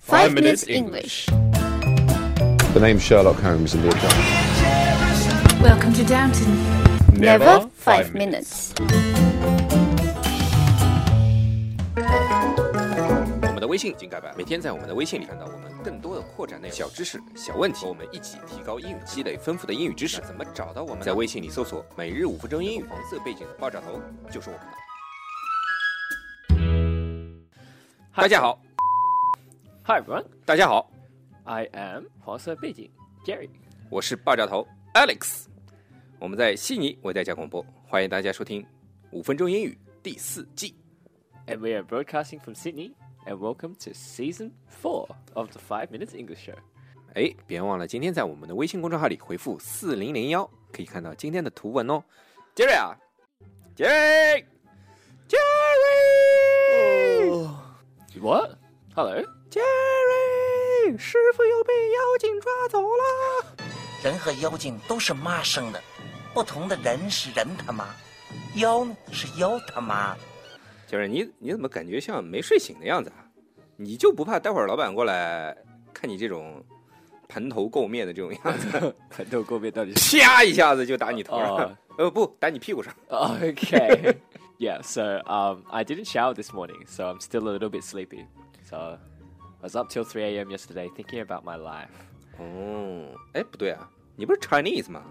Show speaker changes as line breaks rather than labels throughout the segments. Five Minutes English.
The name Sherlock Holmes in the account.
Welcome to Downton.
Never five minutes.
我们的微信已经改版，每天在我们的微信里看到我们更多的扩展内容、小知识、小问题，和我们一起提高英语，积累丰富的英语知识。怎么找到我们呢？在微信里搜索“每日五分钟英语”，黄色背景的爆炸头就是我们的。大家好，
Hi everyone,
大家好，
I am 黄色背景 Jerry。
我是爆炸头 Alex，我们在悉尼为大家广播，欢迎大家收听《五分钟英语》第四季。
And we are broadcasting from Sydney, and welcome to season four of the Five Minutes English Show.
哎，别忘了今天在我们的微信公众号里回复四零零幺，可以看到今天的图文哦。杰瑞啊，杰瑞，杰瑞，
What? Hello?
杰瑞，师傅又被妖精抓走了。
人和妖精都是妈生的，不同的人是人他妈，妖呢是妖他妈。
杰瑞，你你怎么感觉像没睡醒的样子啊？你就不怕待会儿老板过来看你这种蓬头垢面的这种样 子，
反斗诟病到底是
啪一下子就打你头上？
哦
呃，不，打你屁股上。
Okay. yeah, so um, I didn't shower this morning, so I'm still a little bit sleepy. So I was up till 3 a.m. yesterday thinking about my life.
哦，哎，不对啊，你不是 Chinese 吗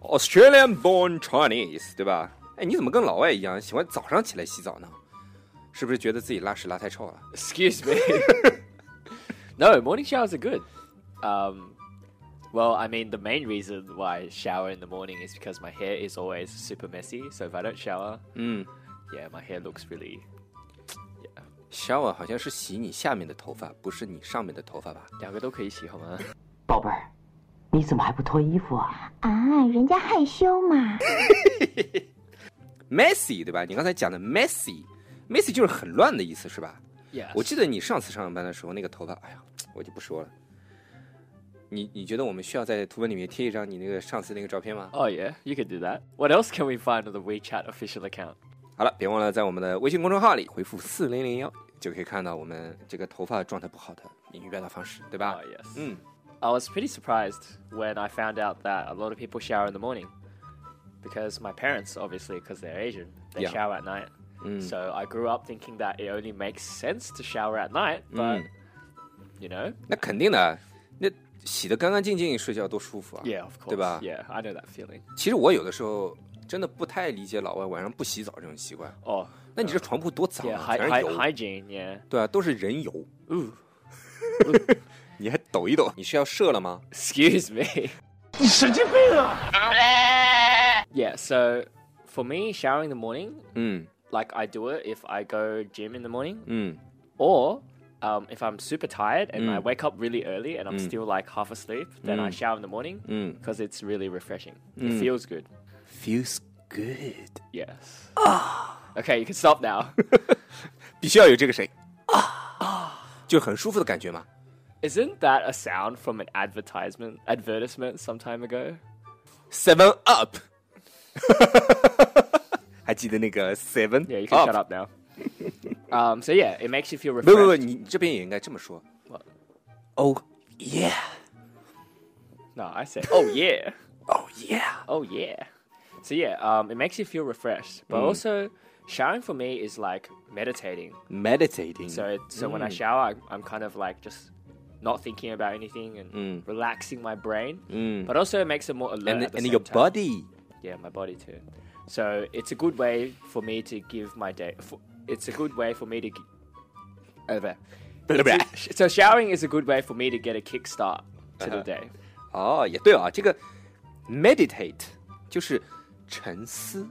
？Australian-born Chinese，对吧？哎，你怎么跟老外一样喜欢早上起来洗澡呢？是不是觉得自己拉屎拉太臭了？
Excuse me. no, morning showers are good. Um, well, I mean, the main reason why I shower in the morning is because my hair is always super messy. So if I don't shower,
嗯
yeah, my hair looks really.
，shower 好像是洗你下面的头发，不是你上面的头发吧？
两个都可以洗好吗？
宝贝儿，你怎么还不脱衣服啊？
啊，人家害羞嘛。
messy 对吧？你刚才讲的 messy，messy 就是很乱的意思是吧？
Yeah.
我记得你上次上班的时候那个头发，哎呀，我就不说了。你你觉得我们需要在图文里面贴一张你那个上次那个照片吗？
Oh yeah, you can do that. What else can we find on the WeChat official account?
好了，别忘了在我们的微信公众号里回复四零零幺，就可以看到我们这个头发状态不好的英语表达方式，对吧
Oh yes.
嗯，
I was pretty surprised when I found out that a lot of people shower in the morning because my parents, obviously, because they're Asian, they
Yeah.
shower at night. So I grew up thinking that it only makes sense to shower at night, but
Mm.
you know,
那肯定的，那洗得干干净净睡觉多舒服啊
yeah, of course,
对吧
yeah, I know that feeling.
其实我有的时候真的不太理解老外晚上不洗澡这种习惯。
Oh,
那你这床铺多脏
yeah,
啊，
hy-
全是
hy-
油。
hygiene, yeah.
对啊，都是人油。
Ooh, 呃
你还抖一抖？你是要射了吗？
excuse me. yeah, so for me, showering in the morning,
嗯
like I do it if I go gym in the morning,
嗯
Or um, if I'm super tired and I
Mm.
wake up really early and I'm still like half asleep, then I
Mm.
shower in the morning
Mm.
because it's really refreshing.
Mm.
It feels good.
，feels good。
Yes. Okay, you can stop now.
必须要有这个谁啊，就很舒服的感觉嘛。
Isn't that a sound from an advertisement advertisement some time ago?
Seven up，还记得那个 Seven？
Yeah, you can shut up now. um, so yeah, it makes you feel
不
refreshed.
不不，你你这边也应该这么说。Oh yeah,
No, I said, oh yeah,
oh yeah。
oh yeah. So yeah, um, it makes you feel refreshed,
Mm.
but also showering for me is like meditating.
Meditating，
So so when I
Mm.
shower, I'm, I'm kind of like just not thinking about anything and relaxing my brain. But also it makes it more alert.
Mm. and
at the
and
same
your
time.
body，
Yeah, my body too. So it's a good way for me to give my day. For, it's a good way for me to. gi- Over. So- So showering is a good way for me to get a kickstart to
Uh-huh.
the day.
哦，也对啊，这个 meditate 就是沉思。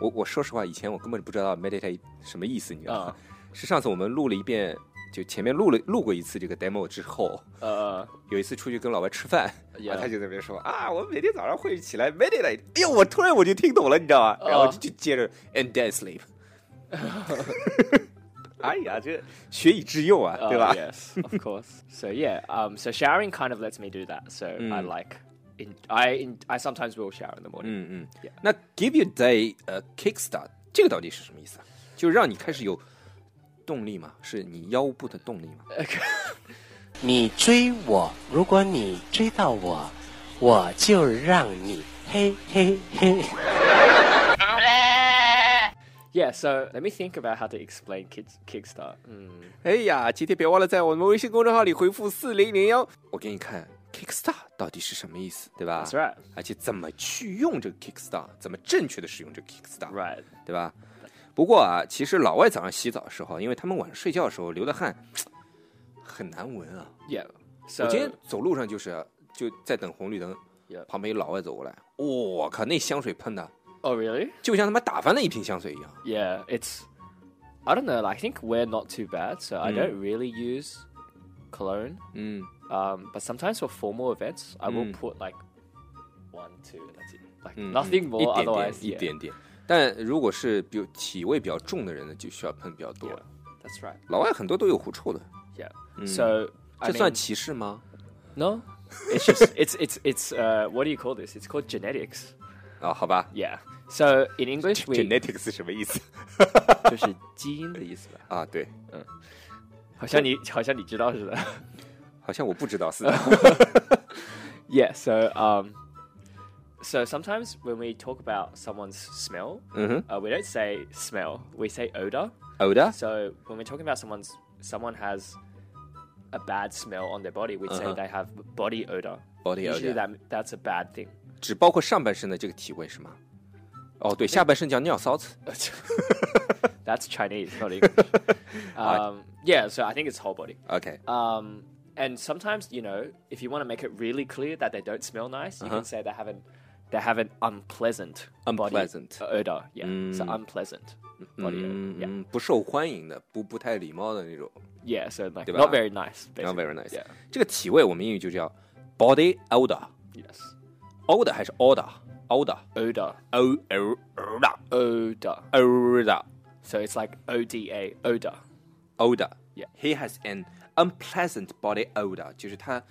我我说实话，以前我根本不知道 meditate 什么意思，你知
啊
道吗？是上次我们录了一遍，就前面录了录过一次这个 demo 之后，
Uh,
有一次出去跟老外吃饭，
Yeah.
然后他就在那边说啊，我每天早上会起来 meditate。哎呦，我突然我就听懂了，你知道吗？
Uh
然后我就就接着 and then sleep。哎呀，这学以致用啊，
uh,
对吧？
yes, of course. So yeah, um, so showering kind of lets me do that. So I
Mm.
like, in, I in, I sometimes will shower in the morning.
嗯嗯，那 uh, give your day a kickstart 这个到底是什么意思啊？就是让你开始有动力嘛，是你腰部的动力嘛。
Uh
你追我，如果你追到我，我就让你嘿嘿嘿。
Yeah, so let me think about how to explain kids kickstart. Mm, 嗯，
哎呀，今天别忘了在我们微信公众号里回复四零零幺，我给你看 Kickstart 到底是什么意思，对吧
that's right.
而且怎么去用这个 Kickstart，怎么正确的使用这个 Kickstart，、
Right.
对吧？不过啊，其实老外早上洗澡的时候，因为他们晚上睡觉的时候流的汗很难闻啊。
Yeah.
我
So
今天走路上就是啊就在等红绿灯
Yeah.
旁边一老外走过来，我、靠，那香水喷的
Oh really?
就像他妈打翻了一瓶香水一样。
Yeah, it's I don't know, like, I think we're not too bad, so I don't really use cologne.
嗯
Um, but sometimes for formal events, I will
Mm.
put like one, two, and that's Hmm. it. Like
嗯，
nothing
一
more
点
otherwise.
点，一
yeah.
点点。但如果是比如体味比较重的人呢，就需要喷比较多
Yeah. Hmm. That's right.
老外很多都有狐臭的，
Yeah.
嗯
So
这
I
算
mean,
歧视吗？
no. It's just it's it's it's uh what do you call this? It's called genetics.
啊，好吧
Yeah. So in English we
，genetics 是什么 意思
就是基因的意思吧？
啊？对，
好像你好像你知道似的。
好像我不知道似的。
Yeah. So um, so sometimes when we talk about someone's smell,
嗯哼
uh, we don't say smell, we say odor.
，odor，
So when we're talking about someone's someone has a bad smell on their body, we would say
Uh-huh.
they have body odor.
Body
Usually
odor.
that that's a bad thing.
只包括上半身的这个体味是吗？哦，对，下半身叫尿骚子
That's Chinese, not English. um, yeah. So I think it's whole body.
OK，
Um, and sometimes, you know, if you want to make it really clear that they don't smell nice, you
Uh-huh.
can say they have an they have an unpleasant
Unpleasant.
body odor. Yeah, so
Mm.
unpleasant body
嗯
odor.
嗯，不受欢迎的，不不太礼貌的那种。
Yeah, yeah. So like
Diba?
not very nice. Basically.
Not very nice.
Yeah.
这个体味我们英语就叫 body odor，odor
Yes.
还是 order？order，o
Odor.
o order，odor
Odor.
odor。
So it's like O D A odor.
odor.
Yeah.
He has an unpleasant body odor，就是他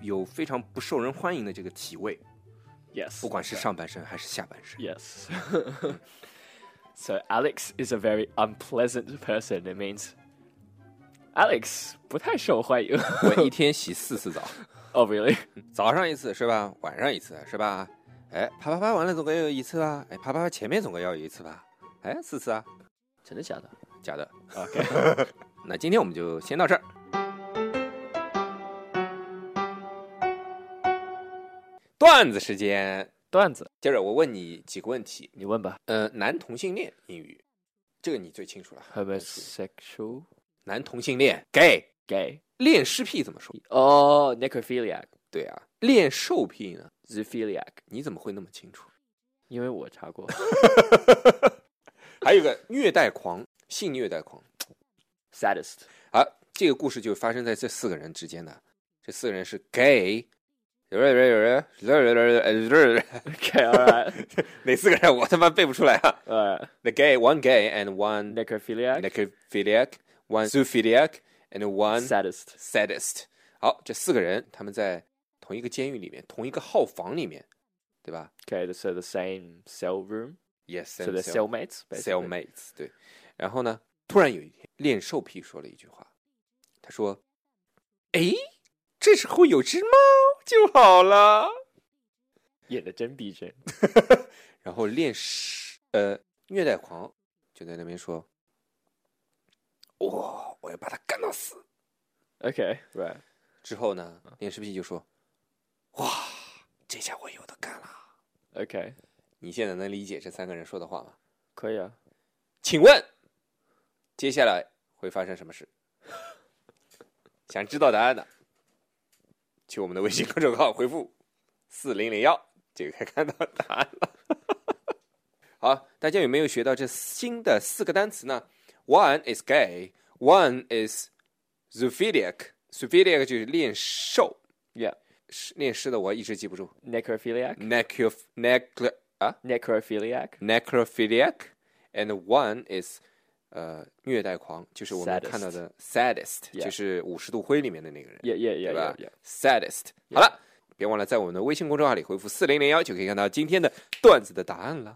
有非常不受人欢迎的这个体味，
Yes.
不管是上半身还是下半身。
Yes. so Alex is a very unpleasant person. It means Alex 不太受欢迎.
我一天洗四次澡，
oh really?
早上一次是吧？晚上一次是吧？哎，啪啪啪完了总归要有一次吧？哎，啪啪啪前面总归要有一次吧？哎，四次啊，
真的假的？
假的。OK，那 今天我们就先到这儿。段子时间，接着我问你几个问题，
段子，你问吧。Homosexual
呃，男同性恋英语，这个你最清楚了。男同性恋 gay，
gay
恋尸癖怎么说？
哦 necrophiliac
对啊，恋兽癖呢？
zoophiliac，
你怎么会那么清楚？
因为我查过
还有一个虐待狂，性虐待狂。
saddest
好，这个故事就发生在这四个人之间的。这四个人是 gay，有 人有人有人有人有人有人有人有人
okay all right
哪四个人？我他妈背不出来啊
all right
！The gay, one gay and one
necrophiliac
necrophiliac, one zoophiliac and one
saddest
saddest。好，这四个人他们在同一个监狱里面，同一个号房里面，对吧
okay so the same cell room
？Yes，
so they're
cell-
cellmates basically.
cellmates 对。然后呢，突然有一天，练兽癖说了一句话，他说：“哎，这时候有只猫就好了。
演得真逼真。”
然后练尸呃虐待狂就在那边说：“哇、我要把它干到死。
okay right ”
之后呢，练尸癖就说：“哇，这下我有的干了。
okay ”
你现在能理解这三个人说的话吗？
可以啊
请问，接下来会发生什么事？ 想知道答案的，去我们的微信公众号回复四零零幺，就可以看到答案了。 好，大家有没有学到这新的四个单词呢？One is gay, one is zoophiliac. Zoophiliac 就是恋兽，
yeah
是恋尸的我一直记不住。
necrophiliac
Necro necro 啊
necrophiliac
necrophiliac and one is 呃虐待狂，就是我们
Sadist
看到的 saddest，
Yeah
就是《五十度灰》里面的那个人
yeah yeah yeah yeah
对吧
yeah
？saddest。好了，别忘了在我们的微信公众号里回复四零零幺就可以看到今天的段子的答案了。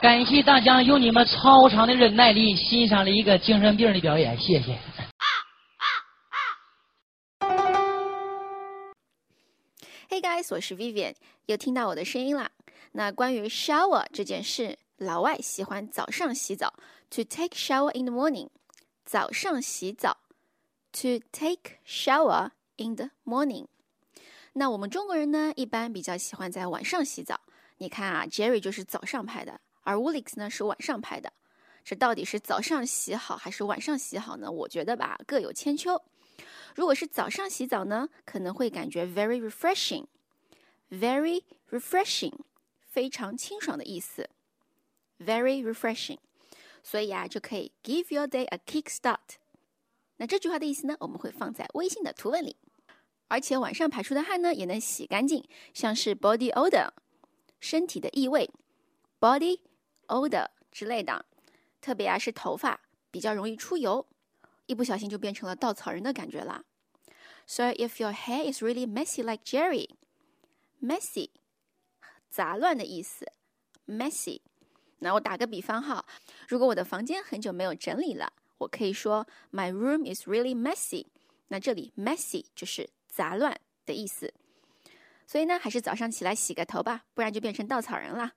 感谢大家用你们超长的忍耐力欣赏了一个精神病的表演，谢谢。
Hey guys，我是 Vivian，又听到我的声音啦。那关于 shower 这件事，老外喜欢早上洗澡，to take shower in the morning。早上洗澡，to take shower in the morning。那我们中国人呢，一般比较喜欢在晚上洗澡。你看啊，Jerry 就是早上拍的，而 Woolix 呢是晚上拍的。这到底是早上洗好还是晚上洗好呢？我觉得吧，各有千秋。如果是早上洗澡呢，可能会感觉 very refreshing，very refreshing，非常清爽的意思，very refreshing。所以啊，就可以 give your day a kick start。那这句话的意思呢，我们会放在微信的图文里。而且晚上排出的汗呢，也能洗干净，像是 body odor，身体的异味，body odor 之类的。特别啊，是头发比较容易出油，一不小心就变成了稻草人的感觉啦。So if your hair is really messy like Jerry, messy，杂乱的意思，messy。那我打个比方哈，如果我的房间很久没有整理了，我可以说 My room is really messy。那这里 messy 就是杂乱的意思。所以呢，还是早上起来洗个头吧，不然就变成稻草人啦。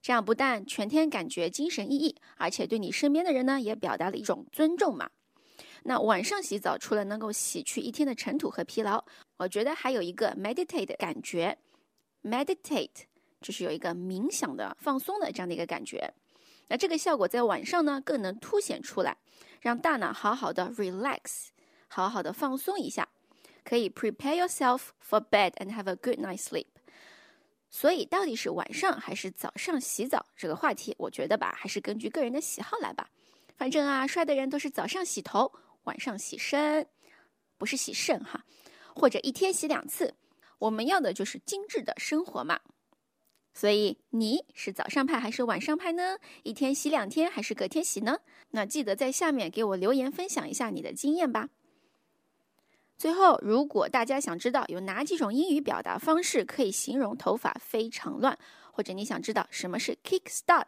这样不但全天感觉精神奕奕，而且对你身边的人呢，也表达了一种尊重嘛。那晚上洗澡，除了能够洗去一天的尘土和疲劳，我觉得还有一个 meditate 的感觉，meditate 就是有一个冥想的、放松的这样的一个感觉。那这个效果在晚上呢，更能凸显出来，让大脑好好的 relax，好好的放松一下，可以 prepare yourself for bed and have a good night's sleep。所以，到底是晚上还是早上洗澡这个话题，我觉得吧，还是根据个人的喜好来吧。反正啊，帅的人都是早上洗头，晚上洗身，不是洗肾哈，或者一天洗两次。我们要的就是精致的生活嘛。所以你是早上派还是晚上派呢？一天洗两天还是隔天洗呢？那记得在下面给我留言分享一下你的经验吧。最后，如果大家想知道有哪几种英语表达方式可以形容头发非常乱，或者你想知道什么是 kick start，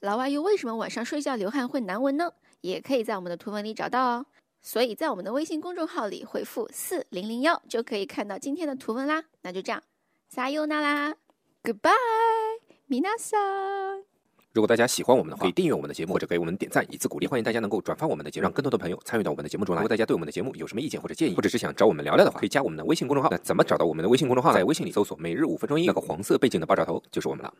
老外又为什么晚上睡觉流汗会难闻呢？也可以在我们的图文里找到哦。所以在我们的微信公众号里回复四零零幺就可以看到今天的图文啦。那就这样，撒由那拉，Goodbye，米娜桑。
如果大家喜欢我们的话，可以订阅我们的节目，或者给我们点赞以资鼓励。欢迎大家能够转发我们的节目，让更多的朋友参与到我们的节目中来。如果大家对我们的节目有什么意见或者建议，或者是想找我们聊聊的话，可以加我们的微信公众号。那怎么找到我们的微信公众号？在微信里搜索“每日五分钟英语”，那个黄色背景的爆炸头就是我们了。